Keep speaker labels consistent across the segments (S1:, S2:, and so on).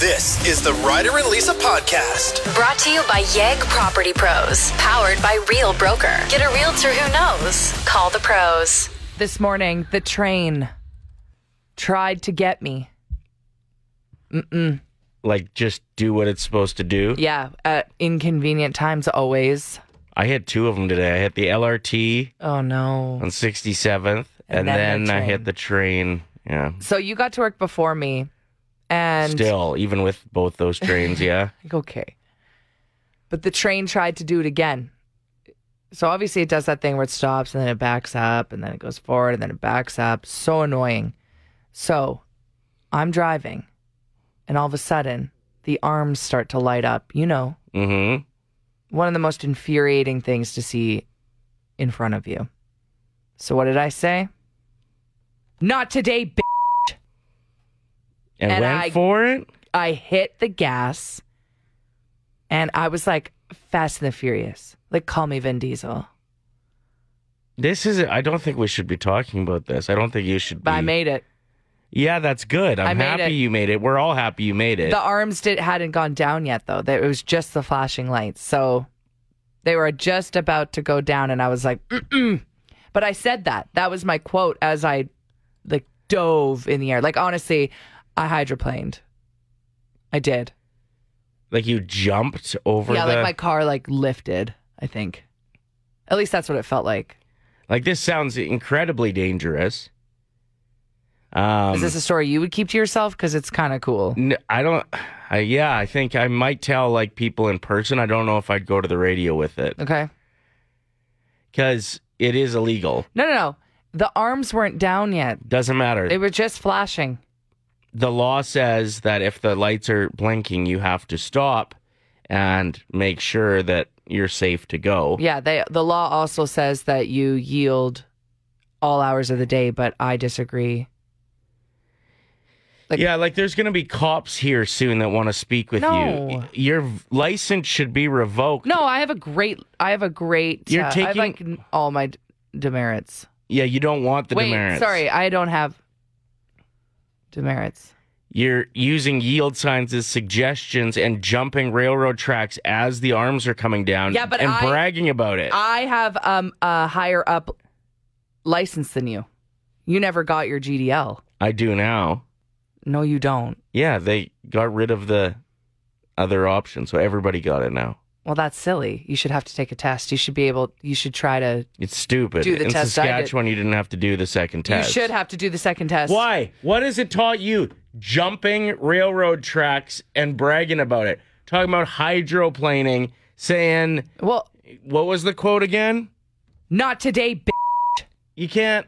S1: This is the Ryder and Lisa podcast.
S2: Brought to you by Yegg Property Pros, powered by Real Broker. Get a realtor who knows. Call the pros.
S3: this morning, the train tried to get me.
S4: like just do what it's supposed to do.
S3: Yeah, at inconvenient times always.
S4: I hit two of them today. I hit the LRT
S3: Oh no.
S4: on 67th,
S3: And
S4: and,
S3: then
S4: then,
S3: the
S4: I
S3: train.
S4: hit the train. Yeah.
S3: So you got to work before me and
S4: Still, even with both those trains, yeah.
S3: like okay. But the train tried to do it again. So obviously it does that thing where it stops and then it backs up and then it goes forward and then it backs up. So annoying. So I'm driving and all of a sudden the arms start to light up. You know,
S4: Mm-hmm.
S3: one of the most infuriating things to see in front of you. So what did I say? Not today, b-
S4: And,
S3: And
S4: went
S3: I-
S4: for it.
S3: I hit the gas and I was like fast and the furious. Like call me Vin Diesel.
S4: This is. I don't think we should be talking about this. I don't think you should. Be.
S3: But I made it.
S4: Yeah, that's good. I'm
S3: I made
S4: happy
S3: it.
S4: you made it. We're all happy you made it.
S3: The arms did hadn't gone down yet though. That it was just the flashing lights. So they were just about to go down and I was like, Mm-mm. but I said that. That was my quote as I like dove in the air. Like honestly, I hydroplaned. I did.
S4: like you jumped over.
S3: yeah,
S4: the,
S3: like my car like lifted, I think. At least that's what it felt like.
S4: Like, this sounds incredibly dangerous. Um,
S3: Is this a story you would keep to yourself cuz it's kind of cool?
S4: N I don't. I, yeah, I think I might tell like people in person. I don't know if I'd go to the radio with it
S3: Okay.
S4: because it is illegal.
S3: No, no, no. The arms weren't down yet.
S4: Doesn't matter.
S3: They were just flashing.
S4: the law says that if the lights are blinking, you have to stop and make sure that you're safe to go.
S3: Yeah, they the law also says that you yield all hours of the day, but I disagree. Like-
S4: yeah, like there's going to be cops here soon that want to speak with you.
S3: No.
S4: Y- Your v- license should be revoked.
S3: No, I have a great I have a great
S4: You're
S3: uh, I have
S4: taking-
S3: like n- all my d- demerits.
S4: Yeah, you don't want the
S3: Wait,
S4: demerits.
S3: sorry, I don't have demerits.
S4: You're using yield signs as suggestions and jumping railroad tracks as the arms are coming down
S3: Yeah, but
S4: and
S3: I-
S4: bragging about it.
S3: I have um a higher up license than you. You never got your GDL.
S4: I do now.
S3: No, you don't.
S4: Yeah, they got rid of the other option, so everybody got it now.
S3: Well, that's silly. You should have to take a test. You should be able. You should try to.
S4: It's stupid.
S3: Do the
S4: In
S3: test I did.
S4: Saskatchewan, you didn't have to do the second test.
S3: You should have to do the second test.
S4: Why? What has it taught you? Jumping railroad tracks and bragging about it. Talking about hydroplaning, saying,
S3: Well,
S4: what was the quote again?
S3: not today. B-
S4: You can't.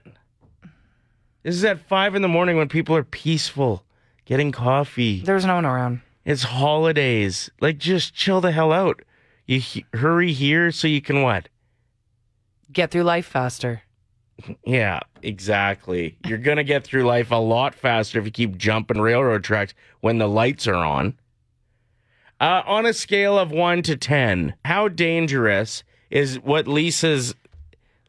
S4: This is at five in the morning when people are peaceful, getting coffee.
S3: there was no one around.
S4: It's holidays. Like, just chill the hell out. You he- hurry here so you can what?
S3: Get through life faster.
S4: Yeah, exactly. You're going to get through life a lot faster if you keep jumping railroad tracks when the lights are on. Uh, on a scale of 1 to 10, how dangerous is what Lisa's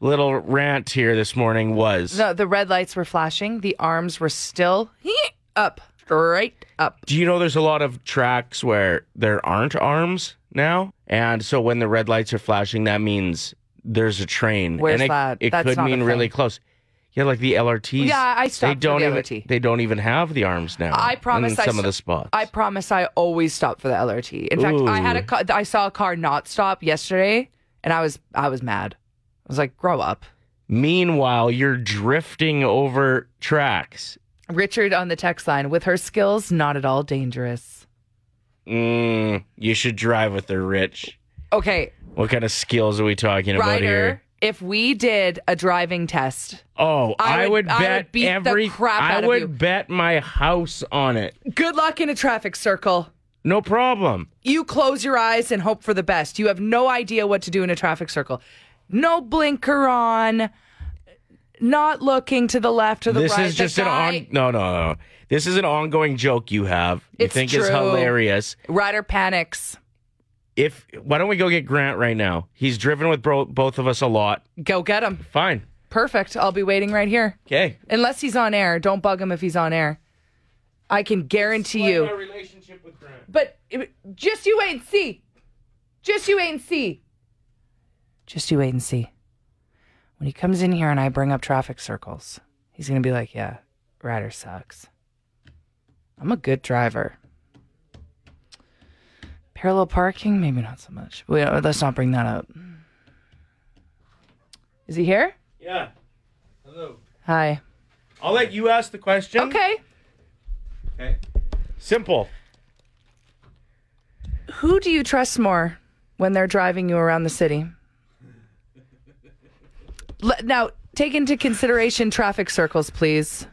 S4: little rant here this morning was?
S3: No, the red lights were flashing. The arms were still up, straight up.
S4: Do you know there's a lot of tracks where there aren't arms now? And so when the red lights are flashing, that means there's a train.
S3: Where's
S4: and it,
S3: that?
S4: It
S3: That's
S4: could
S3: not a
S4: mean really
S3: thing.
S4: close. Yeah, like the LRTs.
S3: Yeah, I
S4: They
S3: stopped for
S4: don't
S3: the
S4: even.
S3: LRT.
S4: They don't even have the arms now.
S3: I promise
S4: In
S3: I
S4: some of
S3: sto-
S4: the spots.
S3: I promise I always stop for the LRT. In fact, I had a
S4: Ooh.
S3: ca- I saw a car not stop yesterday, and I was I was mad. I was like, grow up.
S4: Meanwhile, you're drifting over tracks.
S3: Richard on the text line with her skills, not at all dangerous.
S4: Mm, you should drive with her, Rich.
S3: Okay,
S4: What kind of skills are we talking about
S3: Ryder,
S4: here?
S3: if we did a driving test,
S4: Oh,
S3: I
S4: I,
S3: would-
S4: would,
S3: I would
S4: bet
S3: beat the
S4: every.
S3: crap
S4: I
S3: out of
S4: would
S3: you.
S4: bet my house on it.
S3: good luck in a traffic circle.
S4: No problem.
S3: You close your eyes and hope for the best. You have no idea what to do in a traffic circle. No blinker on, not looking to the left or the
S4: this
S3: right.
S4: is
S3: The
S4: just
S3: guy-
S4: an on. No, no, no. This is an ongoing joke you have. You
S3: It's
S4: think it's
S3: true.
S4: hilarious.
S3: Ryder panics.
S4: If why don't we go get Grant right now? He's driven with bro- both of us a lot.
S3: Go get him.
S4: Fine.
S3: Perfect. I'll be waiting right here.
S4: Okay.
S3: Unless he's on air. Don't bug him if he's on air. I can guarantee you.
S4: relationship relationship with crime.
S3: But it, just you wait and see. Just you wait and see. Just you wait and see. When he comes in here and I bring up traffic circles, he's going to be like, yeah, Ryder sucks. I'm a good driver. Parallel parking? Maybe not so much. We, uh, let's not bring that up. Is he here?
S4: Yeah. Hello.
S3: Hi.
S4: I'll let you ask the question.
S3: Okay.
S4: Okay. Simple.
S3: Who do you trust more when they're driving you around the city? L- Now, take into consideration traffic circles, please.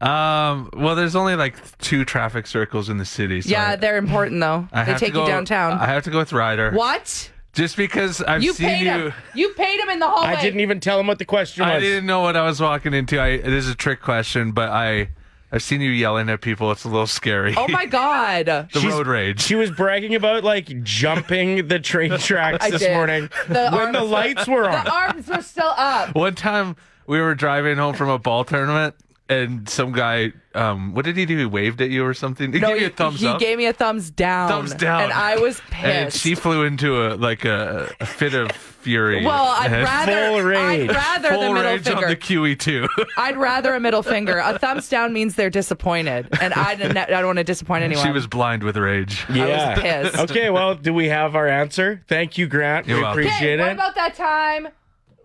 S5: Um, well, there's only like two traffic circles in the city. So
S3: Yeah,
S5: I-
S3: they're important though.
S5: I
S3: they
S5: have to
S3: take you
S5: go-
S3: downtown.
S5: I have to go with Ryder.
S3: what?
S5: Just because I've
S3: You
S5: seen
S3: paid
S5: you.
S3: him. You paid him in the hallway.
S4: I didn't even tell him what the question was.
S5: I didn't know what I was walking into. I it is a trick question, but I I've seen you yelling at people. It's a little scary.
S3: Oh my god.
S5: the
S4: She's-
S5: road rage.
S4: She was bragging about like jumping the train tracks
S3: I
S4: this
S3: did.
S4: morning
S3: The
S4: when
S3: arms-
S4: the lights were on.
S3: the arms were still up.
S5: One time we were driving home from a ball tournament, and some guy, um, what did he do? He waved at you or something. He gave you a
S3: he-
S5: thumbs
S3: he
S5: up.
S3: gave me a thumbs down.
S5: thumbs down.
S3: And I was pissed.
S5: And she flew into a like a, a fit of fury.
S3: well, I'd
S5: And
S4: Full
S3: rather, I'd
S4: rage.
S3: rather
S5: full
S3: the middle
S5: rage
S3: finger.
S5: on the QE two.
S3: I'd rather a middle finger. A thumbs down means they're disappointed, and I don't, I don't want to disappoint anyone.
S5: she was blind with rage.
S4: yeah.
S3: pissed.
S4: Okay, well, do we have our answer? Thank you, Grant.
S5: You're
S4: we
S5: welcome.
S3: Hey,
S4: appreciate
S3: what
S4: it.
S3: about that time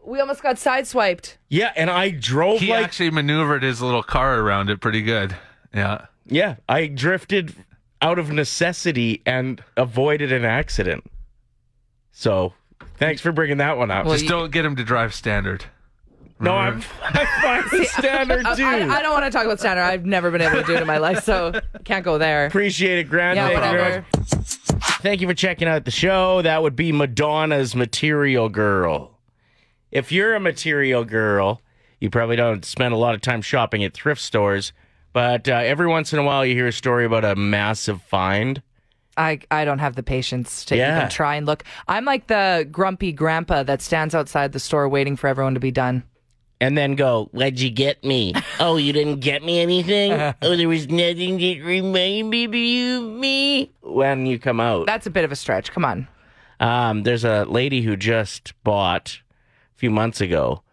S3: we almost got sideswiped?
S4: yeah, and I drove
S5: He
S4: like
S5: actually maneuvered his little car around it pretty good. Yeah.
S4: yeah, I drifted out of necessity and avoided an accident. So, thanks for bringing that one up.
S3: Well,
S5: Just
S3: you-
S5: don't get him to drive standard.
S4: no, I'm I'm fine with standard
S3: I,
S4: too.
S3: I, I don't want to talk about standard. I've never been able to do it in my life, so can't go there.
S4: Appreciate it, Grant.
S3: Yeah,
S4: Thank you very much.
S3: whatever.
S4: Thank you for checking out the show. That would be Madonna's Material Girl. If you're a material girl, you probably don't spend a lot of time shopping at thrift stores, but uh, every once in a while you hear a story about a massive find.
S3: I, I don't have the patience to
S4: Yeah.
S3: even try and look. I'm like the grumpy grandpa that stands outside the store waiting for everyone to be done.
S4: And then go, what'd you get me? oh, you didn't get me anything? oh, there was nothing that reminded you of me? When you come out.
S3: That's a bit of a stretch. Come on.
S4: Um, there's a lady who just bought a few months ago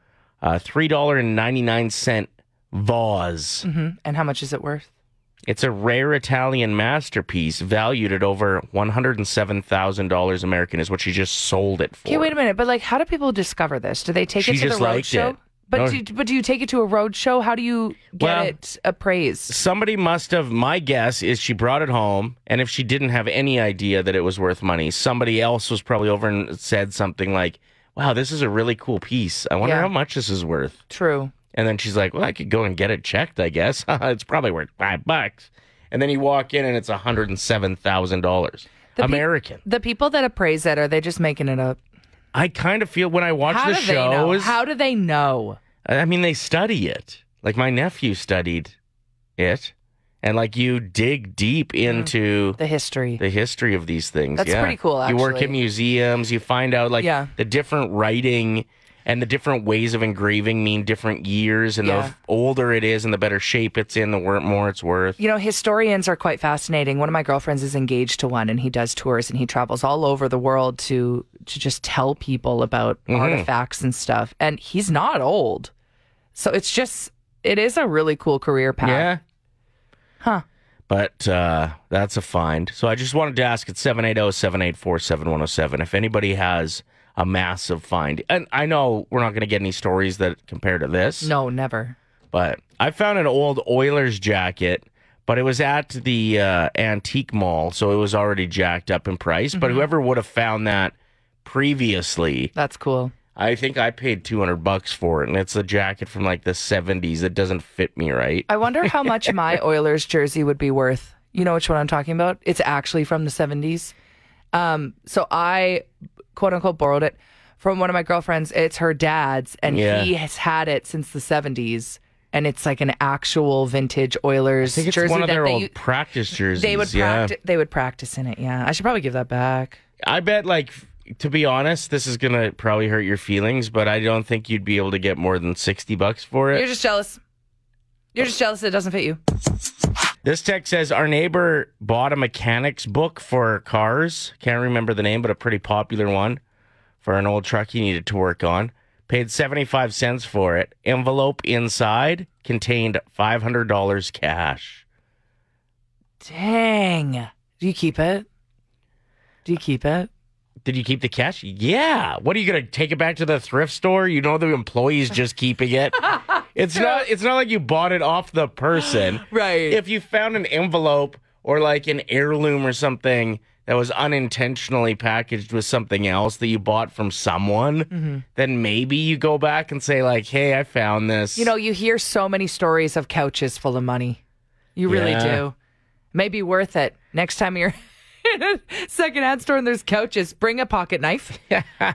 S4: a three dollar and ninety nine cent vase.
S3: Mm-hmm. And how much is it worth?
S4: It's a rare Italian masterpiece valued at over one hundred and seven thousand dollars American is what she just sold it for.
S3: Okay, wait a minute. But like, how do people discover this? Do they take
S4: She
S3: it to
S4: just
S3: the road
S4: liked
S3: show?
S4: it.
S3: But
S4: No.
S3: do, but do you take it to a road show? How do you get
S4: Well-
S3: it appraised?
S4: Somebody must have. My guess is she brought it home, and if she didn't have any idea that it was worth money, somebody else was probably over and said something like, "Wow, this is a really cool piece. I wonder
S3: Yeah.
S4: how much this is worth."
S3: True.
S4: And then she's like, "Well, I could go and get it checked, I guess. it's probably worth five bucks." And then you walk in, and it's one hundred and seven thousand dollars
S3: The pe-
S4: American.
S3: The people that appraise it are they just making it up?
S4: I kind of feel when I watch
S3: How
S4: the
S3: do they know?
S4: shows.
S3: How do they know?
S4: I mean, they study it. Like my nephew studied it, and like you dig deep into
S3: The history.
S4: the history of these things.
S3: That's
S4: yeah.
S3: pretty cool,
S4: you work
S3: actually.
S4: in museums, you find out like
S3: Yeah.
S4: the different writing and the different ways of engraving mean different years, and
S3: Yeah.
S4: the older it is, and the better shape it's in, the wor- more it's worth.
S3: You know, historians are quite fascinating. One of my girlfriends is engaged to one and he does tours and he travels all over the world to to just tell people about
S4: Mm-hmm.
S3: artifacts and stuff. And he's not old. So it's just it is a really cool career path.
S4: Yeah.
S3: Huh.
S4: But uh, that's a find. So I just wanted to ask at 780 784 7107 if anybody has a massive find. And I know we're not going to get any stories that compare to this,
S3: No, never.
S4: but I found an old Oilers jacket, but it was at the uh, antique mall. So it was already jacked up in price. But
S3: Mm-hmm.
S4: whoever would have found that previously,
S3: That's cool.
S4: I think I paid 200 bucks for it. And it's a jacket from like the 70s that doesn't fit me right.
S3: I wonder how much my Oilers jersey would be worth. You know which one I'm talking about? It's actually from the 70s. Um, so I, quote unquote, borrowed it from one of my girlfriends. It's her dad's, and
S4: Yeah.
S3: he has had it since the 70s. And it's like an actual vintage Oilers
S4: I think it's
S3: jersey
S4: one of
S3: that
S4: their
S3: they,
S4: old
S3: u-
S4: practice jerseys.
S3: they would
S4: yeah.
S3: practice. They would practice in it. Yeah, I should probably give that back.
S4: I bet, like, f- to be honest, this is gonna probably hurt your feelings, but I don't think you'd be able to get more than sixty bucks for it.
S3: You're just jealous. You're just jealous. It doesn't fit you.
S4: This text says our neighbor bought a mechanics book for cars. Can't remember the name, but a pretty popular one for an old truck he needed to work on. Paid 75 cents for it. Envelope inside contained $500 cash.
S3: Dang. Do you keep it? Do you keep it?
S4: Did you keep the cash? Yeah. What are you going to take it back to the thrift store? You know the employee's just keeping it. It's not it's not like you bought it off the person.
S3: Right.
S4: if you found an envelope or like an heirloom or something that was unintentionally packaged with something else that you bought from someone,
S3: Mm-hmm.
S4: then maybe you go back and say like, "Hey, I found this."
S3: you know, you hear so many stories of couches full of money. You really
S4: Yeah.
S3: do. May be worth it. Next time you're in a secondhand store and there's couches, bring a pocket knife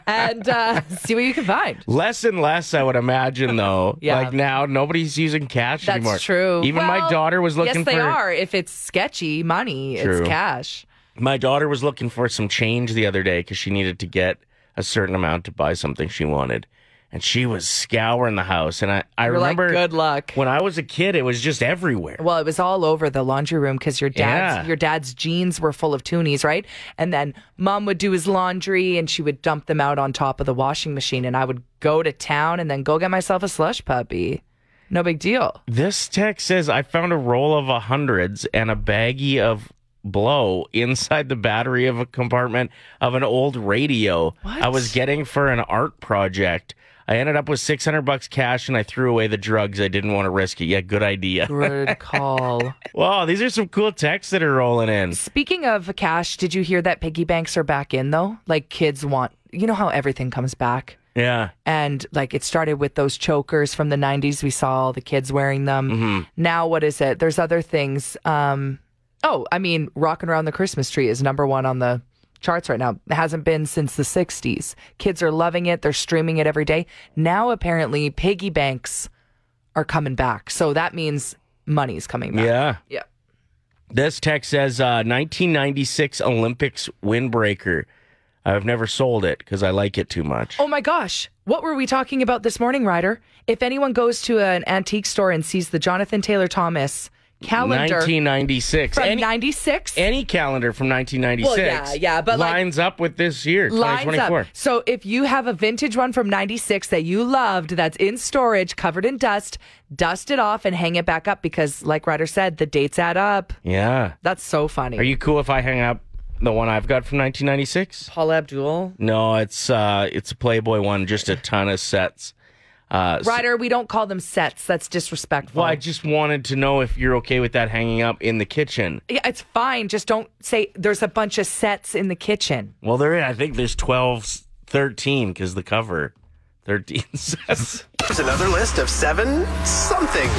S3: and uh, see what you can find.
S4: less and less, I would imagine though.
S3: Yeah.
S4: Like now, nobody's using cash
S3: That's
S4: anymore.
S3: true.
S4: Even my
S3: Well,
S4: daughter was looking
S3: Yes, they
S4: for.
S3: are. If it's sketchy money,
S4: True.
S3: it's cash.
S4: My daughter was looking for some change the other day because she needed to get a certain amount to buy something she wanted. And she was scouring the house. And I, I
S3: You're like,
S4: remember
S3: good luck.
S4: when I was a kid, it was just everywhere.
S3: Well, it was all over the laundry room because your dad's
S4: Yeah.
S3: your dad's jeans were full of toonies, right? And then mom would do his laundry and she would dump them out on top of the washing machine and I would go to town and then go get myself a slush puppy. No big deal.
S4: This text says I found a roll of a hundreds and a baggie of blow inside the battery of a compartment of an old radio
S3: What?
S4: I was getting for an art project. I ended up with 600 bucks cash and I threw away the drugs. I didn't want to risk it. Yeah, good idea.
S3: Good call.
S4: Wow, these are some cool texts that are rolling in.
S3: Speaking of cash, did you hear that piggy banks are back in though? Like kids want you know how everything comes back?
S4: Yeah.
S3: and like it started with those chokers from the 90s we saw all the kids wearing them now what is it there's other things um oh i mean rocking around the christmas tree is number one on the charts right now it hasn't been since the 60s kids are loving it they're streaming it every day now apparently piggy banks are coming back so that means money's coming back
S4: Yeah.
S3: yeah
S4: This text says uh, 1996 Olympics windbreaker. I've never sold it because I like it too much.
S3: Oh my gosh. What were we talking about this morning, Ryder? If anyone goes to an antique store and sees the Jonathan Taylor Thomas calendar
S4: 1996.
S3: from
S4: Any-
S3: 96
S4: any calendar from 1996
S3: Well, yeah, yeah, but, like-
S4: lines up with this year
S3: lines
S4: 2024
S3: up. So if you have a vintage one from 96 that you loved that's in storage, covered in dust, dust it off and hang it back up because like Ryder said, the dates add up.
S4: yeah
S3: That's so funny.
S4: are you cool if i hang up the one i've got from 1996
S3: Paul Abdul?
S4: no it's uh it's a playboy one just a ton of sets uh so-
S3: Ryder, we don't call them sets. That's disrespectful.
S4: well i just wanted to know if you're okay with that hanging up in the kitchen
S3: yeah, it's fine. Just don't say there's a bunch of sets in the kitchen.
S4: well there i think there's 12 13 because the cover 13 sets
S1: Here's another list of seven somethings.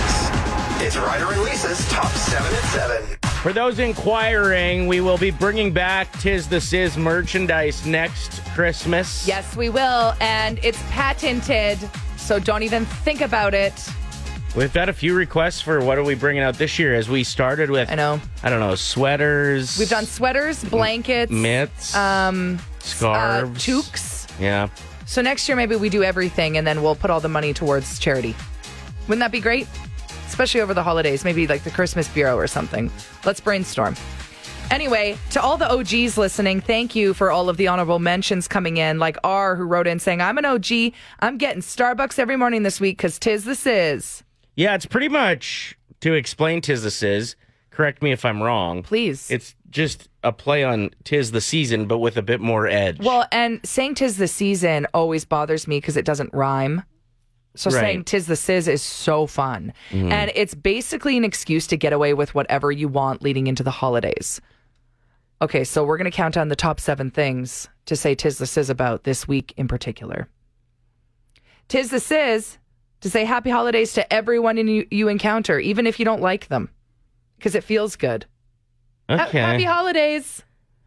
S1: It's Ryder and Lisa's top seven and seven.
S4: For those inquiring, we will be bringing back Tis the Sizz merchandise next Christmas.
S3: Yes, we will. And it's patented. So don't even think about it.
S4: We've got a few requests for what are we bringing out this year as we started with
S3: I know.
S4: I don't know, sweaters.
S3: We've done sweaters, blankets,
S4: mitts,
S3: um, uh,
S4: scarves,
S3: toques.
S4: Yeah.
S3: So next year, maybe we do everything and then we'll put all the money towards charity. Wouldn't that be great? Especially over the holidays, maybe like the Christmas Bureau or something. Let's brainstorm. Anyway, to all the OGs listening, thank you for all of the honorable mentions coming in, like R, who wrote in saying, I'm an OG. I'm getting Starbucks every morning this week because tis this is.
S4: Yeah, it's pretty much to explain Tis the Sizz. Correct me if I'm wrong.
S3: Please.
S4: It's just a play on Tis the Season, but with a bit more edge.
S3: well, and saying tis the season always bothers me because it doesn't rhyme. So
S4: Right. Mm-hmm.
S3: saying tis the sizz is so fun. And it's basically an excuse to get away with whatever you want leading into the holidays. Okay, so we're going to count down the top seven things to say tis the sizz about this week in particular. Tis the sizz to say happy holidays to everyone in you, you encounter, even if you don't like them, because it feels good. Ha-
S4: okay.
S3: Happy holidays.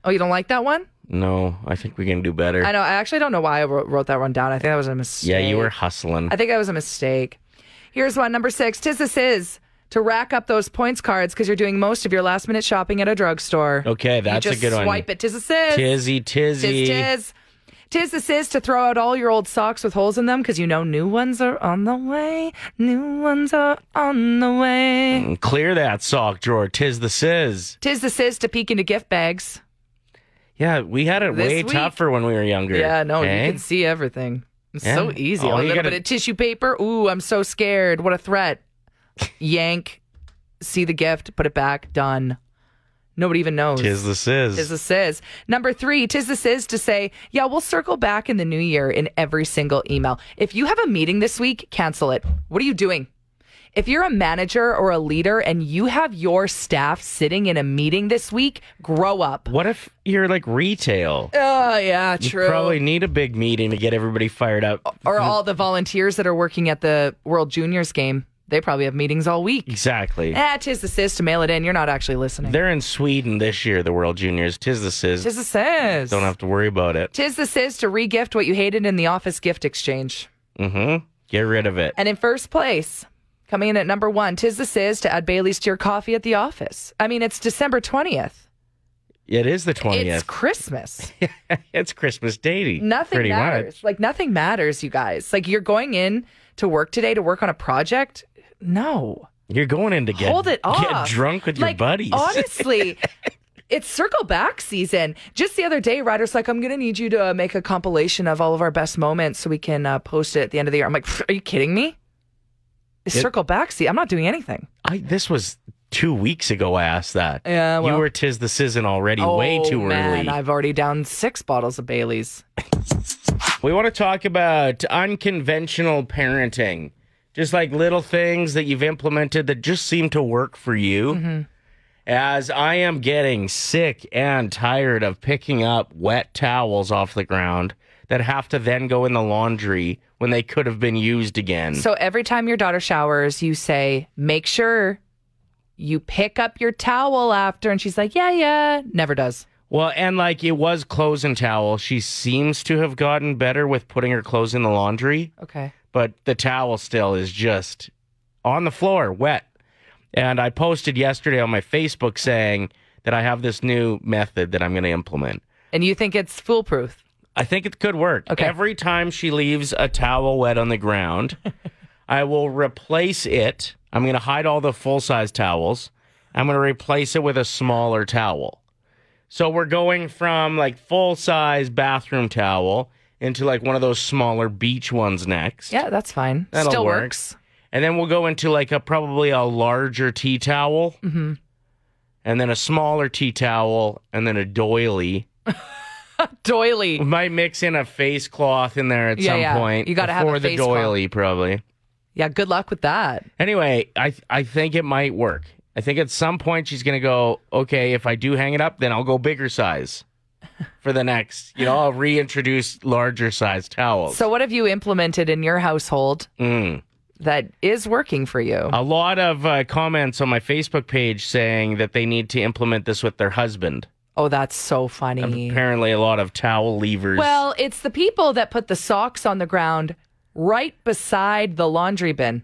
S3: Oh, you don't like that one?
S4: no, I think we can do better.
S3: I know. I actually don't know why I wrote, wrote that one down. I think that was a mistake.
S4: yeah, you were hustling.
S3: I think that was a mistake. Here's one number six. Tis this is to rack up those points cards because you're doing most of your last minute shopping at a drugstore.
S4: okay, that's
S3: you
S4: a
S3: just
S4: good
S3: swipe
S4: one.
S3: it. Tis this is.
S4: Tizzy, tizzy.
S3: Tis tis. Tis this is to throw out all your old socks with holes in them because you know new ones are on the way. New ones are on the way.
S4: And clear that sock drawer. Tis the sizz.
S3: Tis this is to peek into gift bags.
S4: Yeah, we had it
S3: This
S4: way
S3: week-
S4: tougher when we were younger.
S3: Yeah, no,
S4: eh?
S3: you can see everything. It's
S4: Yeah.
S3: so easy.
S4: All
S3: a
S4: you
S3: little
S4: gotta-
S3: bit of tissue paper. Ooh, I'm so scared. What a threat. Yank, see the gift, put it back, done. Nobody even knows.
S4: Tis the sizz.
S3: Tis this is. Number three, tis this is to say, yeah, we'll circle back in the new year in every single email. If you have a meeting this week, cancel it. What are you doing? If you're a manager or a leader and you have your staff sitting in a meeting this week, grow up.
S4: what if you're like retail?
S3: Oh, yeah,
S4: You
S3: true. Oh.
S4: probably need a big meeting to get everybody fired up.
S3: or all the volunteers that are working at the World Juniors game, they probably have meetings all week.
S4: Exactly.
S3: Ah, tis the sis to mail it in. You're not actually listening.
S4: They're in Sweden this year, the World Juniors. Tis the sizz.
S3: tis the sis.
S4: Don't have to worry about it.
S3: Tis the sis to regift what you hated in the office gift exchange.
S4: Mm-hmm. Get rid of it.
S3: And in first place, coming in at number one, tis the sis to add Bailey's to your coffee at the office. I mean, it's December 20th.
S4: It is the
S3: It's
S4: 20th.
S3: Christmas.
S4: It's, Christmas Day.
S3: nothing
S4: pretty
S3: matters.
S4: much.
S3: Like nothing matters, you guys. Like you're going in to work today to work on a project. No.
S4: You're going in to get,
S3: Hold it
S4: get
S3: off.
S4: drunk with your
S3: Like,
S4: buddies.
S3: Honestly, it's circle back season. Just the other day, Ryder's like, I'm going to need you to make a compilation of all of our best moments so we can uh, post it at the end of the year. I'm like, are you kidding me? It's
S4: It-
S3: circle back season. I'm not doing anything.
S4: I, this was two weeks ago I asked that.
S3: Yeah, well.
S4: you were tis the season already way
S3: Oh,
S4: too
S3: man,
S4: early.
S3: I've already down six bottles of Bailey's.
S4: We want to talk about unconventional parenting. Just like little things that you've implemented that just seem to work for you.
S3: Mm-hmm.
S4: As I am getting sick and tired of picking up wet towels off the ground that have to then go in the laundry when they could have been used again.
S3: So every time your daughter showers, you say, make sure you pick up your towel after. And she's like, yeah, yeah. Never does.
S4: well, and like it was clothes and towel. She seems to have gotten better with putting her clothes in the laundry.
S3: Okay.
S4: but the towel still is just on the floor, wet. And I posted yesterday on my Facebook saying that I have this new method that I'm going to implement.
S3: And you think it's foolproof.
S4: I think it could work.
S3: Okay.
S4: Every time she leaves a towel wet on the ground, I will replace it. I'm going to hide all the full size towels. I'm going to replace it with a smaller towel. So we're going from like full size bathroom towel into like one of those smaller beach ones next.
S3: Yeah, that's fine.
S4: That'll
S3: Still
S4: work.
S3: works.
S4: And then we'll go into like a probably a larger tea towel, and then a smaller tea towel, and then a doily.
S3: Doily.
S4: We might mix in a face cloth in there at
S3: Yeah,
S4: some
S3: yeah.
S4: point.
S3: You gotta have a
S4: before the
S3: face cloth.
S4: doily, probably.
S3: Yeah, good luck with that.
S4: Anyway, I I think it might work. I think at some point she's gonna go. Okay, if I do hang it up, then I'll go bigger size for the next. You know, I'll reintroduce larger size towels.
S3: So, what have you implemented in your household
S4: Mm.
S3: that is working for you?
S4: A lot of uh, comments on my Facebook page saying that they need to implement this with their husband.
S3: Oh, that's so funny.
S4: Apparently, a lot of towel levers.
S3: Well, it's the people that put the socks on the ground right beside the laundry bin.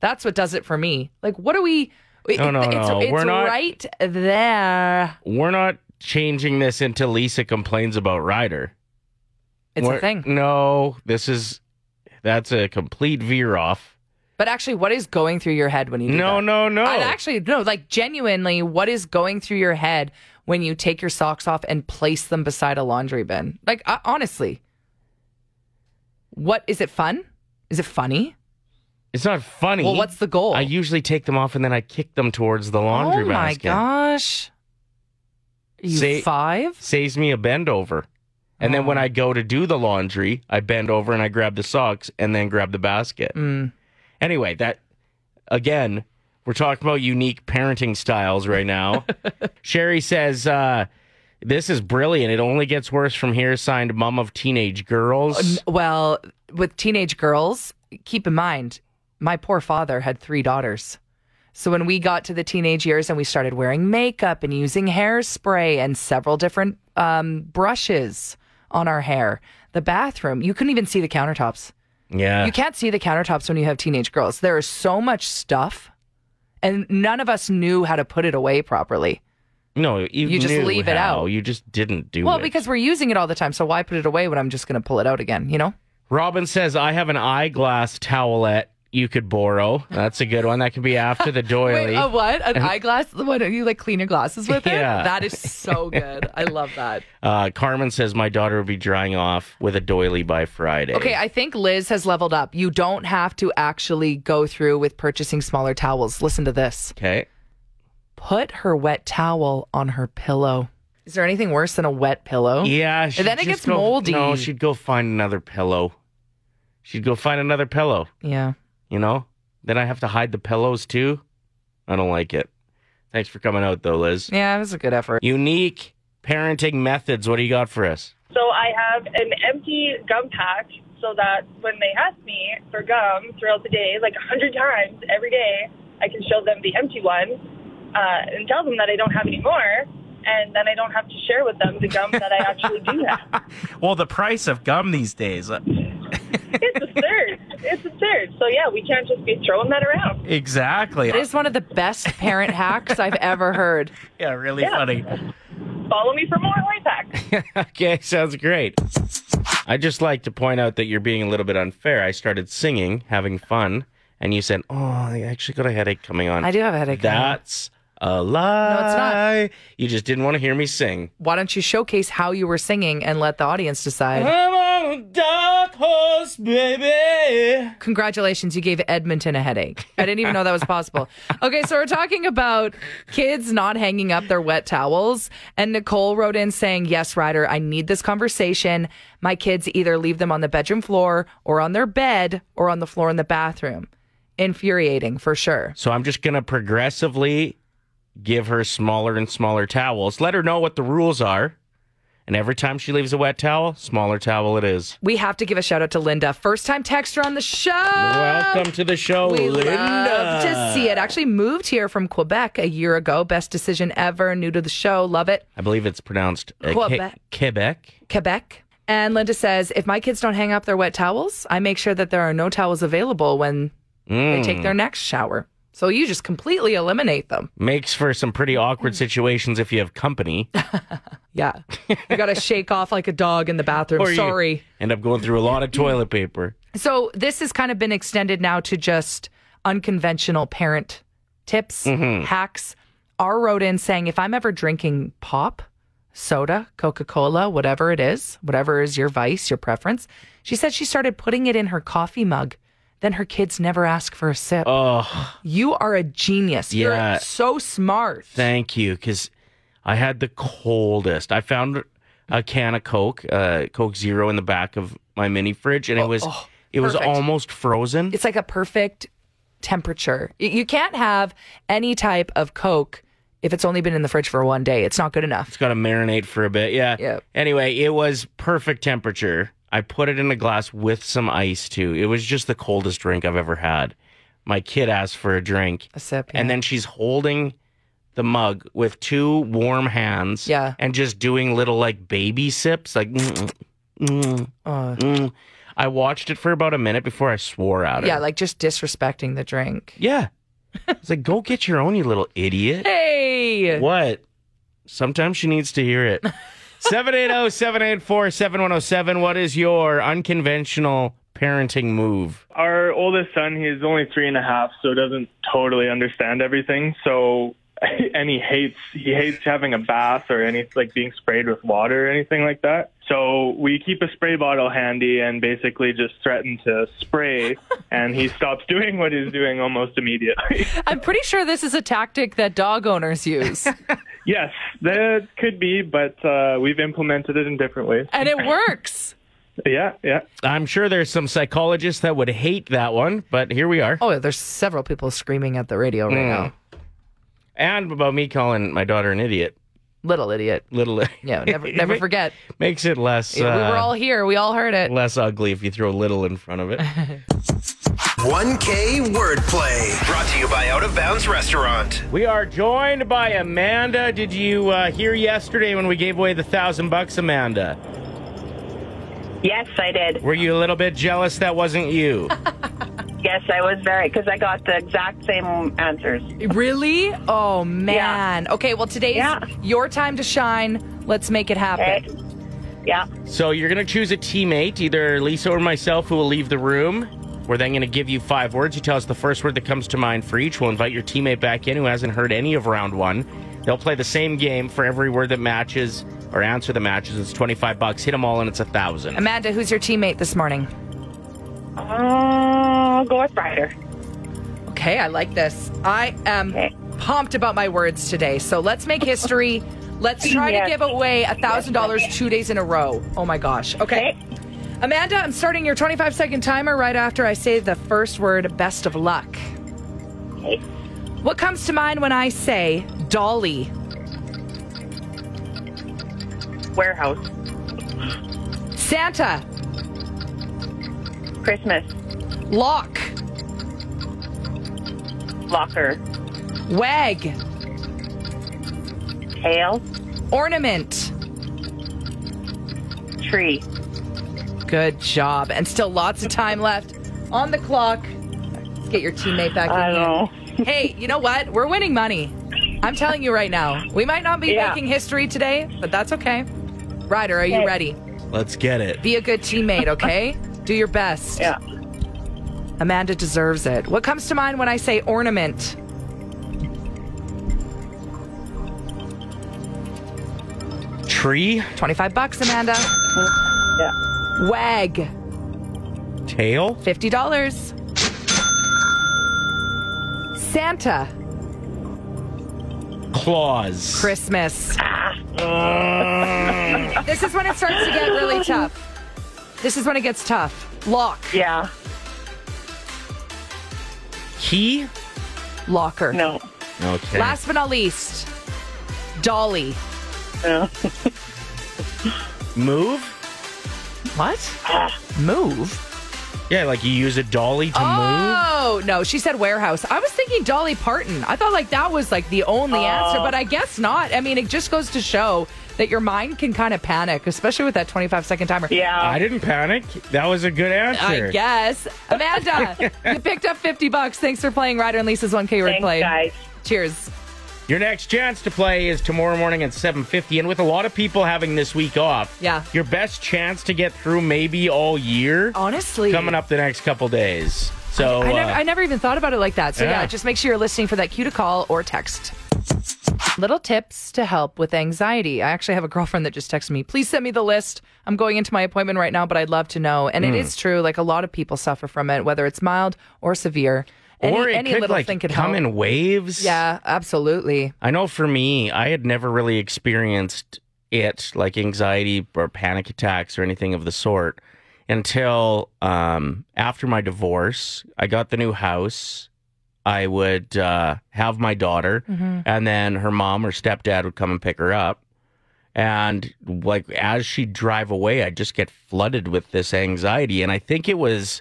S3: That's what does it for me. Like, what are we?
S4: No, no,
S3: it's,
S4: no.
S3: It's
S4: We're not-
S3: right there.
S4: we're not changing this into Lisa complains about Ryder.
S3: It's
S4: We're-
S3: a thing.
S4: No, this is that's a complete veer off.
S3: But actually, what is going through your head when you do
S4: No,
S3: that?
S4: no, no.
S3: I'd actually no, like genuinely, what is going through your head when you take your socks off and place them beside a laundry bin? Like I, honestly, what is it fun? Is it funny?
S4: it's not funny.
S3: Well, what's the goal?
S4: I usually take them off and then I kick them towards the laundry
S3: oh
S4: basket.
S3: my gosh! Are you
S4: Say-
S3: five?
S4: Saves me a bend over. And then
S3: Oh.
S4: when I go to do the laundry, I bend over and I grab the socks and then grab the basket.
S3: Mm.
S4: Anyway, that again, we're talking about unique parenting styles right now. Sherry says, uh, this is brilliant. It only gets worse from here. Signed, mom of teenage
S3: Uh,
S4: girls.
S3: Well, with teenage girls, keep in mind, my poor father had three daughters. So when we got to the teenage years and we started wearing makeup and using hairspray and several different um, brushes on our hair, the bathroom, you couldn't even see the countertops.
S4: yeah.
S3: You can't see the countertops when you have teenage girls. There is so much stuff, and none of us knew how to put it away properly.
S4: No, you,
S3: You just
S4: knew
S3: leave it
S4: how.
S3: out.
S4: You just didn't do
S3: Well,
S4: it.
S3: because we're using it all the time, so why put it away when I'm just going to pull it out again? You know,
S4: Robin says, I have an eyeglass towelette you could borrow. That's a good one. That could be after the doily.
S3: wait, oh. a what? An eyeglass? The one you like clean your glasses with?
S4: Yeah.
S3: It? That is so good. I love that.
S4: uh, Carmen says, My daughter will be drying off with a doily by Friday.
S3: Okay, I think Liz has leveled up. You don't have to actually go through with purchasing smaller towels. Listen to this.
S4: Okay.
S3: Put her wet towel on her pillow. Is there anything worse than a wet pillow?
S4: Yeah. she'd
S3: Oh. then it
S4: just
S3: gets
S4: go-
S3: moldy.
S4: No, she'd go find another pillow. She'd go find another pillow,
S3: Yeah.
S4: you know? Then I have to hide the pillows too. I don't like it. Thanks for coming out though, Liz.
S3: Yeah, it was a good effort.
S4: Unique parenting methods. What do you got for us?
S6: So I have an empty gum pack so that when they ask me for gum throughout the day, like a hundred times every day, I can show them the empty one uh, and tell them that I don't have any more. And then I don't have to share with them the gum that I actually do have.
S7: Well, the price of gum these days. uh,
S6: It's absurd. It's absurd. So yeah, we can't just be throwing that around.
S7: Exactly.
S3: It is one of the best parent hacks I've ever heard.
S7: Yeah, really funny.
S6: Follow me for more life hacks.
S4: Okay, sounds great. I just like to point out that you're being a little bit unfair. I started singing, having fun, and you said, "Oh, I actually got a headache coming on."
S3: I do have a headache.
S4: That's a lie.
S3: No, it's not.
S4: You just didn't want to hear me sing.
S3: Why don't you showcase how you were singing and let the audience decide?
S4: I'm on a dark horse, baby.
S3: Congratulations, you gave Edmonton a headache. I didn't even know that was possible. Okay, so we're talking about kids not hanging up their wet towels. And Nicole wrote in saying, Yes, Ryder, I need this conversation. My kids either leave them on the bedroom floor or on their bed or on the floor in the bathroom. Infuriating for sure.
S4: So I'm just gonna progressively give her smaller and smaller towels. Let her know what the rules are, and every time she leaves a wet towel, smaller towel it is.
S3: We have to give a shout out to Linda, first time texter on the show.
S4: Welcome to the show,
S3: We
S4: Linda.
S3: love to see it. Actually, moved here from Quebec a year ago. Best decision ever. New to the show. Love it.
S4: I believe it's pronounced uh, Ke-
S3: Quebec.
S4: Quebec.
S3: Quebec. And Linda says, if my kids don't hang up their wet towels, I make sure that there are no towels available when
S4: Mm.
S3: they take their next shower. So you just completely eliminate them.
S4: Makes for some pretty awkward situations if you have company.
S3: Yeah. you got to shake off like a dog in the bathroom.
S4: you
S3: Sorry.
S4: end up going through a lot of toilet paper.
S3: So this has kind of been extended now to just unconventional parent tips,
S4: Mm-hmm.
S3: hacks. R wrote in saying, if I'm ever drinking pop, soda, Coca Cola, whatever it is, whatever is your vice, your preference, she said she started putting it in her coffee mug. Then her kids never ask for a sip.
S4: Oh,
S3: you are a genius.
S4: Yeah.
S3: You're so smart.
S4: thank you. Because I had the coldest. I found a can of Coke, uh, Coke Zero, in the back of my mini fridge, and it was it was
S3: Oh, perfect.
S4: almost frozen.
S3: it's like a perfect temperature. Y- You can't have any type of Coke if it's only been in the fridge for one day. It's not good enough.
S4: It's got to marinate for a bit. Yeah.
S3: Yep.
S4: Anyway, it was perfect temperature. I put it in a glass with some ice too. It was just the coldest drink I've ever had. My kid asked for a drink,
S3: A sip.
S4: and
S3: yeah.
S4: then she's holding the mug with two warm hands.
S3: Yeah.
S4: And just doing little like baby sips, like. mm, mm,
S3: Oh.
S4: mm. I watched it for about a minute before I swore at her.
S3: Yeah, like just disrespecting the drink.
S4: yeah. It's like go get your own, you little idiot.
S3: Hey!
S4: What? Sometimes she needs to hear it. oh, 780 784 7107. What is your unconventional parenting move?
S8: our oldest son he's only three and a half so doesn't totally understand everything so and he hates he hates having a bath or any like being sprayed with water or anything like that so we keep a spray bottle handy and basically just threaten to spray and he stops doing what he's doing almost immediately
S3: I'm pretty sure this is a tactic that dog owners use.
S8: yes that could be but uh, we've implemented it in different ways
S3: and it works.
S8: yeah yeah
S4: I'm sure there's some psychologists that would hate that one, but here we are.
S3: Oh, there's several people screaming at the radio right
S4: Mm.
S3: now.
S4: And about me calling my daughter an idiot.
S3: Little idiot.
S4: Little
S3: Yeah, never never forget.
S4: Makes it less
S3: We were
S4: uh,
S3: all here. We all heard it.
S4: less ugly if you throw little in front of it.
S1: 1K Wordplay. Brought to you by Out of Bounds Restaurant.
S4: We are joined by Amanda. Did you uh, hear yesterday when we gave away the thousand bucks, Amanda?
S9: Yes, I did.
S4: Were you a little bit jealous that wasn't you?
S9: Yes, I was very, because I got the exact same answers.
S3: Really? Oh man. Okay, well today's
S9: Yeah.
S3: your time to shine. Let's make it happen.
S9: Okay. Yeah.
S4: So you're gonna choose a teammate, either Lisa or myself, who will leave the room. We're then gonna give you five words. You tell us the first word that comes to mind for each. We'll invite your teammate back in who hasn't heard any of round one. They'll play the same game for every word that matches or answer the matches. It's twenty five bucks. Hit them all, and it's a thousand.
S3: Amanda, who's your teammate this morning?
S9: Uh, I'll Uh, go with Ryder.
S3: Okay, I like this. I am
S9: Okay.
S3: pumped about my words today. So let's make history. Let's try
S9: Yes.
S3: to give away a thousand dollars two days in a row. Oh my gosh. Okay.
S9: Okay.
S3: Amanda, I'm starting your 25 second timer right after I say the first word. Best of luck.
S9: Okay.
S3: What comes to mind when I say Dolly?
S9: Warehouse.
S3: Santa,
S9: Christmas.
S3: lock,
S9: Locker.
S3: wag,
S9: Tail.
S3: ornament.
S9: Tree.
S3: Good job. And still lots of time left on the clock. Let's get your teammate back in
S9: I
S3: here.
S9: know.
S3: hey, you know what? We're winning money. I'm telling you right now. We might not be
S9: Yeah.
S3: making history today, but that's okay. Ryder, are you
S9: Okay.
S3: ready?
S4: Let's get it.
S3: Be a good teammate, okay? Do your best.
S9: Yeah.
S3: Amanda deserves it. What comes to mind when I say ornament?
S4: Tree,
S3: 25 bucks, Amanda.
S9: Yeah.
S3: Wag,
S4: tail,
S3: $50. Santa,
S4: claws.
S3: Christmas.
S9: Mm.
S3: this is when it starts to get really tough. This is when it gets tough. Lock,
S9: Yeah.
S4: Key.
S3: locker.
S9: No.
S4: Okay.
S3: Last but not least, Dolly.
S9: No.
S4: move.
S3: What? Move?
S4: Yeah, like you use a dolly to move.
S3: Oh, no. She said warehouse. I was thinking Dolly Parton. I thought like that was like the only
S9: Oh.
S3: answer, but I guess not. I mean, it just goes to show that your mind can kind of panic, especially with that 25 second timer.
S4: I
S9: Yeah.
S4: didn't panic. That was a good answer.
S3: I guess. Amanda, you picked up 50 bucks. Thanks for playing Ryder and Lisa's 1K word
S9: Thanks,
S3: play.
S9: guys.
S3: Cheers.
S4: Your next chance to play is tomorrow morning at 7:50 and with a lot of people having this week off.
S3: Yeah.
S4: Your best chance to get through maybe all year
S3: Honestly.
S4: coming up the next couple days. So
S3: I, never,
S4: uh,
S3: I never even thought about it like that. So yeah.
S4: yeah.
S3: just make sure you're listening for that cue to call or text. Little tips to help with anxiety. I actually have a girlfriend that just texted me, please send me the list. I'm going into my appointment right now, but I'd love to know. And it
S4: Hmm.
S3: is true, like a lot of people suffer from it, whether it's mild or severe. Any,
S4: or it
S3: any
S4: could
S3: little
S4: like
S3: thing could
S4: come
S3: help.
S4: in waves.
S3: yeah, absolutely.
S4: I know for me, I had never really experienced it like anxiety or panic attacks or anything of the sort until um, after my divorce. I got the new house. I would uh, have my daughter, and then her mom or stepdad would come and pick her up. And like as she'd drive away, I'd just get flooded with this anxiety. And I think it was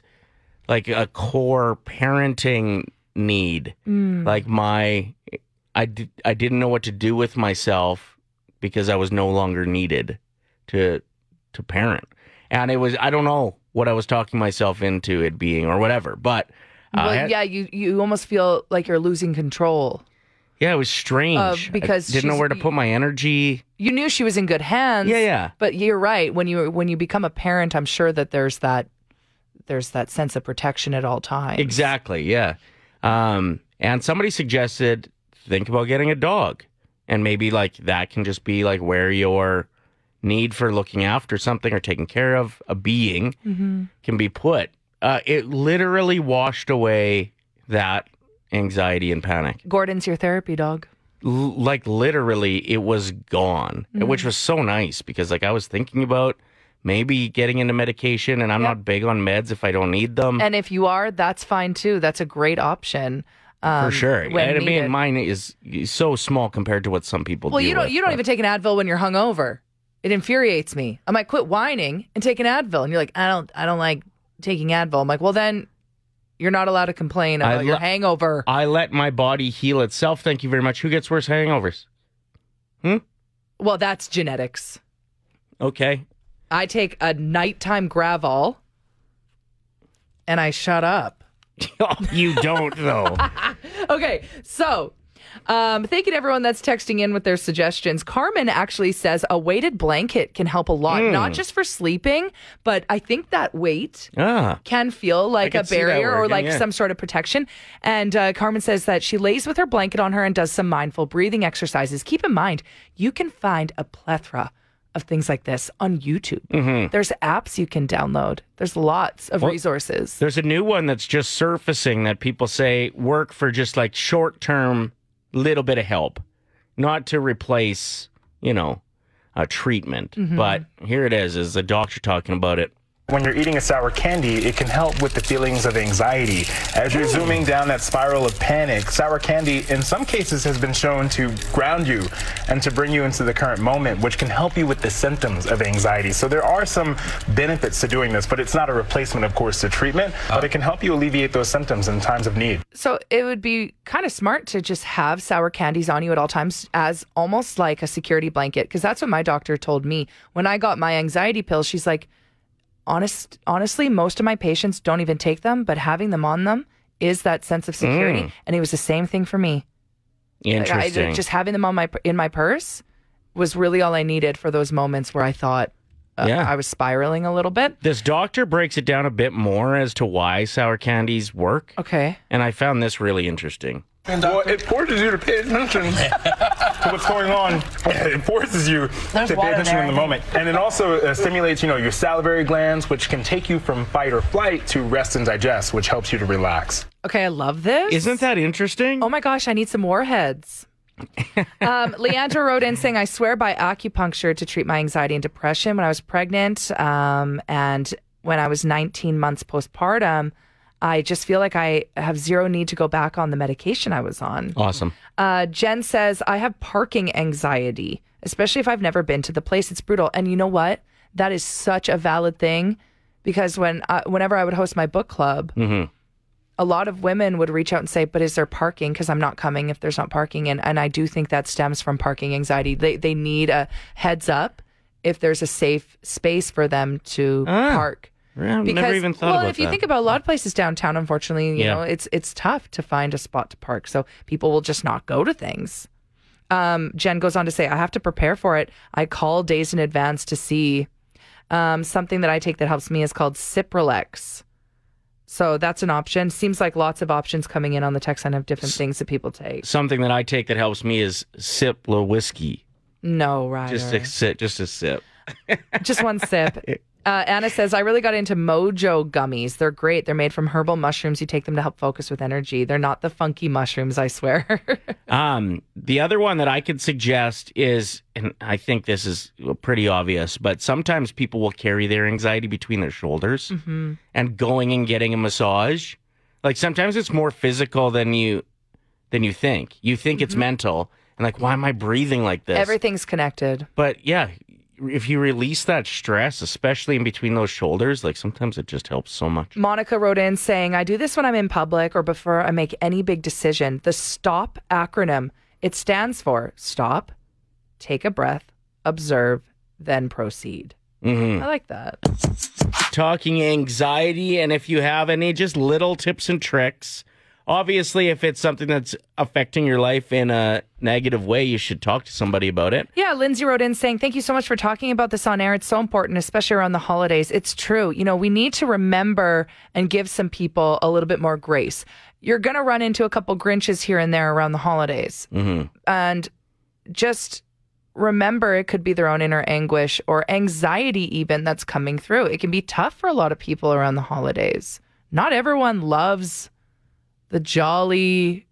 S4: like a core parenting need. Like my I, di- I didn't know what to do with myself because I was no longer needed to to parent. And it was I don't know what I was talking myself into it being or whatever, but uh, I
S3: well,
S4: had-
S3: yeah, you, you almost feel like you're losing control.
S4: yeah, it was strange
S3: Uh,
S4: I
S3: because
S4: didn't know
S3: she's-
S4: where to put my energy.
S3: You knew she was in good hands.
S4: Yeah, yeah.
S3: But you're right. When you when you become a parent, I'm sure that there's that there's that sense of protection at all times.
S4: Exactly, yeah. Um, and somebody suggested think about getting a dog, and maybe like that can just be like where your need for looking after something or taking care of a being
S3: Mm-hmm.
S4: can be put. Uh, it literally washed away that anxiety and panic.
S3: Gordon's your therapy dog.
S4: L- like literally, it was gone, which
S3: Mm.
S4: was so nice because like I was thinking about maybe getting into medication, and I'm not big on meds if I don't need them.
S3: And if you are, that's fine too. That's a great option. Um,
S4: for sure. And
S3: when
S4: I mean,
S3: needed.
S4: mine is so small compared to what some people.
S3: well,
S4: deal
S3: you don't
S4: with,
S3: you don't
S4: but-
S3: even take an Advil when you're hungover. It infuriates me. I might quit whining and take an Advil. And you're like, I don't I don't like taking Advil. I'm like, well then you're not allowed to complain
S4: I
S3: about your
S4: lo-
S3: hangover.
S4: I let my body heal itself. Thank you very much. Who gets worse hangovers?
S3: well, that's genetics.
S4: Okay.
S3: I take a nighttime gravel and I shut up.
S4: you don't though.
S3: Okay, so um, thank you to everyone that's texting in with their suggestions. Carmen actually says a weighted blanket can help a lot, not just for sleeping, but I think that weight
S4: ah,
S3: can feel like
S4: could
S3: a
S4: see that
S3: barrier or
S4: working,
S3: like
S4: yeah.
S3: some sort of protection. And uh, Carmen says that she lays with her blanket on her and does some mindful breathing exercises. Keep in mind, you can find a plethora of things like this on YouTube.
S4: Mm-hmm.
S3: There's apps you can download. There's lots of resources.
S4: there's a new one that's just surfacing that people say work for just like short term, little bit of help, not to replace, you know, a treatment.
S3: Mm-hmm.
S4: But here it is: is the doctor talking about it?
S10: When you're eating a sour candy, it can help with the feelings of anxiety. As you're zooming down that spiral of panic, sour candy in some cases has been shown to ground you and to bring you into the current moment, which can help you with the symptoms of anxiety. So there are some benefits to doing this, but it's not a replacement, of course, to treatment, but it can help you alleviate those symptoms in times of need.
S3: So it would be kind of smart to just have sour candies on you at all times as almost like a security blanket because that's what my doctor told me when I got my anxiety pills. She's like, honest, honestly, most of my patients don't even take them, but having them on them is that sense of security. And it was the same thing for me. Like, I-
S4: Mm. Interesting.
S3: just having them on my in my purse was really all I needed for those moments where I thought uh,
S4: Yeah.
S3: I was spiraling a little bit.
S4: this doctor breaks it down a bit more as to why sour candies work,
S3: Okay.
S4: and I found this really interesting.
S10: Well, it forces you to pay attention to what's going on. It forces you to pay attention in the moment. And it also uh, stimulates, you know, your salivary glands, which can take you from fight or flight to rest and digest, which helps you to relax.
S3: Okay, I love this.
S4: Isn't that interesting?
S3: Oh my gosh, I need some warheads. um, Leandra wrote in saying, I swear by acupuncture to treat my anxiety and depression. When I was pregnant um, and when I was 19 months postpartum, I just feel like I have zero need to go back on the medication I was on.
S4: Awesome.
S3: Uh, Jen says, I have parking anxiety, especially if I've never been to the place. It's brutal. And you know what? That is such a valid thing because when I, whenever I would host my book club,
S4: Mm-hmm.
S3: a lot of women would reach out and say, But is there parking? Because I'm not coming if there's not parking. And, and I do think that stems from parking anxiety. They, they need a heads up if there's a safe space for them to park.
S4: Ah. Yeah, I've never even thought
S3: well,
S4: about
S3: if you
S4: that.
S3: think about a lot of places downtown, unfortunately, you
S4: Yeah.
S3: know, it's it's tough to find a spot to park, so people will just not go to things. Um, Jen goes on to say, "I have to prepare for it. I call days in advance to see." Um, something that I take that helps me is called Ciprolex. So that's an option. Seems like lots of options coming in on the text line of different things that people take.
S4: Something that I take that helps me is sip low whiskey.
S3: No, right.
S4: Just a sip, just a sip.
S3: Just one sip. Uh, Anna says, I really got into mojo gummies. They're great. They're made from herbal mushrooms. You take them to help focus with energy. They're not the funky mushrooms, I swear.
S4: Um, the other one that I could suggest is, and I think this is pretty obvious, but sometimes people will carry their anxiety between their shoulders and going and getting a massage. Like sometimes it's more physical than you than you think. You think it's mental and like, why am I breathing like this?
S3: Everything's connected.
S4: But yeah, if you release that stress, especially in between those shoulders, like sometimes it just helps so much.
S3: Monica wrote in saying, I do this when I'm in public or before I make any big decision. The STOP acronym, it stands for stop, take a breath, observe, then proceed.
S4: hmm
S3: I like that.
S4: talking anxiety and if you have any just little tips and tricks. Obviously, if it's something that's affecting your life in a negative way, you should talk to somebody about it.
S3: Yeah, Lindsay wrote in saying, Thank you so much for talking about this on air. It's so important, especially around the holidays. It's true. You know, we need to remember and give some people a little bit more grace. You're going to run into a couple Grinches here and there around the holidays.
S4: Mm-hmm.
S3: And just remember it could be their own inner anguish or anxiety, even that's coming through. It can be tough for a lot of people around the holidays. Not everyone loves the jolly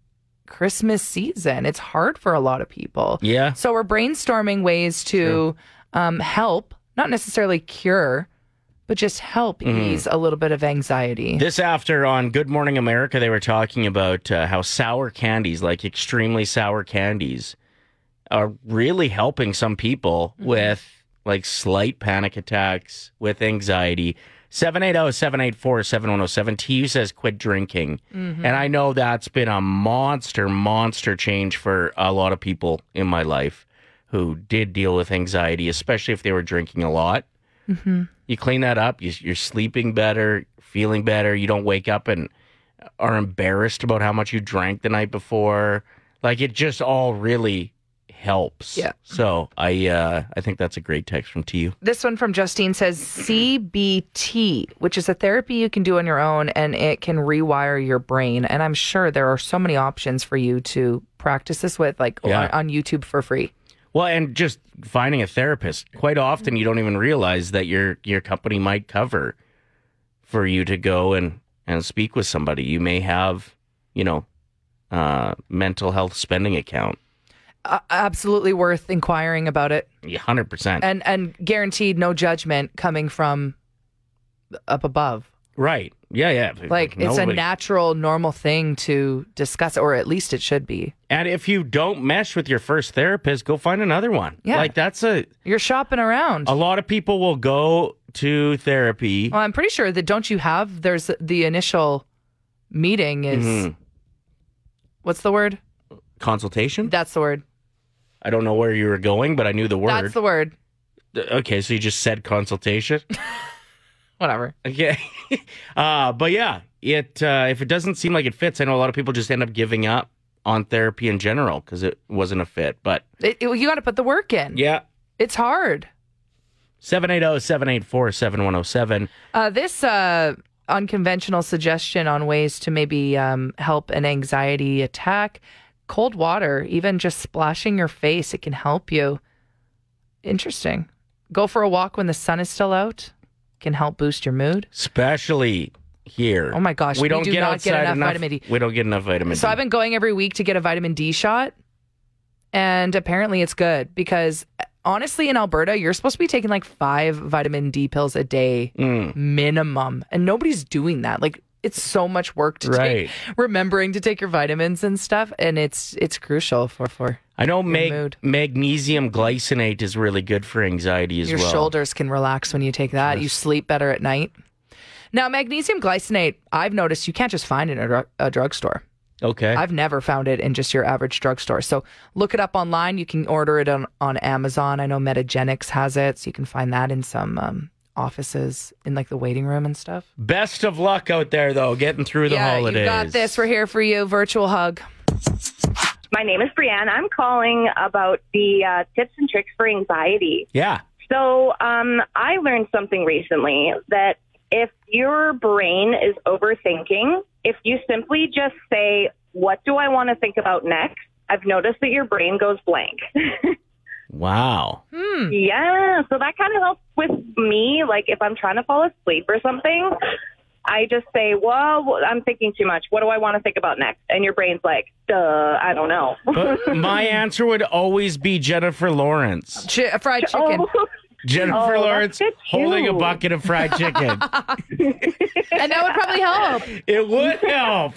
S3: Christmas season. It's hard for a lot of people.
S4: Yeah.
S3: So we're brainstorming ways to um, help, not necessarily cure, but just help ease a little bit of anxiety.
S4: This after on Good Morning America, they were talking about uh, how sour candies, like extremely sour candies, are really helping some people with like slight panic attacks, with anxiety. oh, 780 784 7107. TU says quit drinking. And I know that's been a monster, monster change for a lot of people in my life who did deal with anxiety, especially if they were drinking a lot you clean that up you, you're sleeping better feeling better you don't wake up and are embarrassed about how much you drank the night before. Like it just all really helps.
S3: Yeah.
S4: So I uh, I think that's a great text from to you.
S3: This one from Justine says CBT, which is a therapy you can do on your own and it can rewire your brain. And I'm sure there are so many options for you to practice this with, like
S4: Yeah.
S3: on, on YouTube for free.
S4: Well, and just finding a therapist. Quite often, you don't even realize that your your company might cover for you to go and and speak with somebody. You may have, you know, uh, mental health spending account.
S3: Uh, absolutely worth inquiring about it.
S4: Hundred percent.
S3: And, and guaranteed no judgment coming from up above.
S4: Right. Yeah. Yeah.
S3: Like it's a
S4: Nobody-
S3: natural, normal thing to discuss, or at least it should be.
S4: And if you don't mesh with your first therapist, go find another one.
S3: Yeah.
S4: Like that's a
S3: You're shopping around.
S4: a lot of people will go to therapy.
S3: Well, I'm pretty sure that don't you have there's the initial meeting is
S4: Mhm.
S3: what's the word?
S4: Consultation.
S3: That's the word.
S4: I don't know where you were going, but I knew the word.
S3: That's the word.
S4: okay, so you just said consultation.
S3: Whatever.
S4: Okay. uh, but yeah, it uh, if it doesn't seem like it fits, I know a lot of people just end up giving up on therapy in general because it wasn't a fit. But
S3: It, it- you got to put the work in.
S4: yeah, oh,
S3: It's hard.
S4: 780 784 7107.
S3: Uh, this uh, unconventional suggestion on ways to maybe um, help an anxiety attack cold water, even just splashing your face, it can help you. Interesting. Go for a walk when the sun is still out, can help boost your mood.
S4: Especially here.
S3: Oh my gosh, we do not get
S4: outside
S3: enough vitamin D.
S4: We don't get enough vitamin
S3: So
S4: D.
S3: I've been going every week to get a vitamin D shot, and apparently it's good because honestly, in Alberta, you're supposed to be taking like five vitamin D pills a day
S4: Mm.
S3: minimum, and nobody's doing that. Like it's so much work to
S4: Right.
S3: take, remembering to take your vitamins and stuff, and it's it's crucial for for
S4: I know
S3: mood.
S4: mag- magnesium glycinate is really good for anxiety as
S3: your
S4: well.
S3: shoulders can relax when you take that. You sleep better at night. Now, magnesium glycinate, I've noticed you can't just find it in a, drug, a drugstore.
S4: Okay.
S3: I've never found it in just your average drugstore. So look it up online. You can order it on, on Amazon. I know Metagenics has it, so you can find that in some um, offices in like the waiting room and stuff.
S4: Best of luck out there, though, getting through the
S3: yeah,
S4: holidays.
S3: you got this. We're here for you. Virtual hug.
S9: My name is Brianne. I'm calling about the uh, tips and tricks for anxiety.
S4: Yeah.
S9: So um, I learned something recently that if your brain is overthinking, if you simply just say, "What do I want to think about next?" I've noticed that your brain goes blank.
S4: Wow.
S9: Yeah, so that kind of helps with me. Like if I'm trying to fall asleep or something, I just say, "Well, I'm thinking too much. What do I want to think about next?" And your brain's like, "Duh, I don't know."
S4: But my answer would always be Jennifer Lawrence.
S3: Chi- a fried chicken.
S9: Oh,
S4: Jennifer
S9: Oh, that's
S4: Lawrence
S9: good
S4: holding a
S9: too.
S4: bucket of fried chicken.
S3: and that would probably help.
S4: it would help.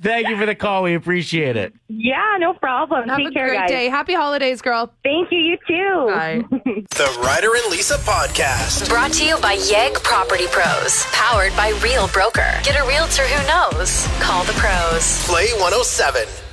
S4: Thank you for the call. We appreciate it.
S9: yeah, no problem.
S3: Have
S9: Take
S3: a
S9: care,
S3: great
S9: guys.
S3: day. Happy holidays, girl.
S9: Thank you. You too.
S3: Bye.
S1: The Ryder and Lisa podcast.
S2: Brought to you by Yegg Property Pros, powered by Real Broker. Get a realtor who knows. Call the pros.
S1: Play 107.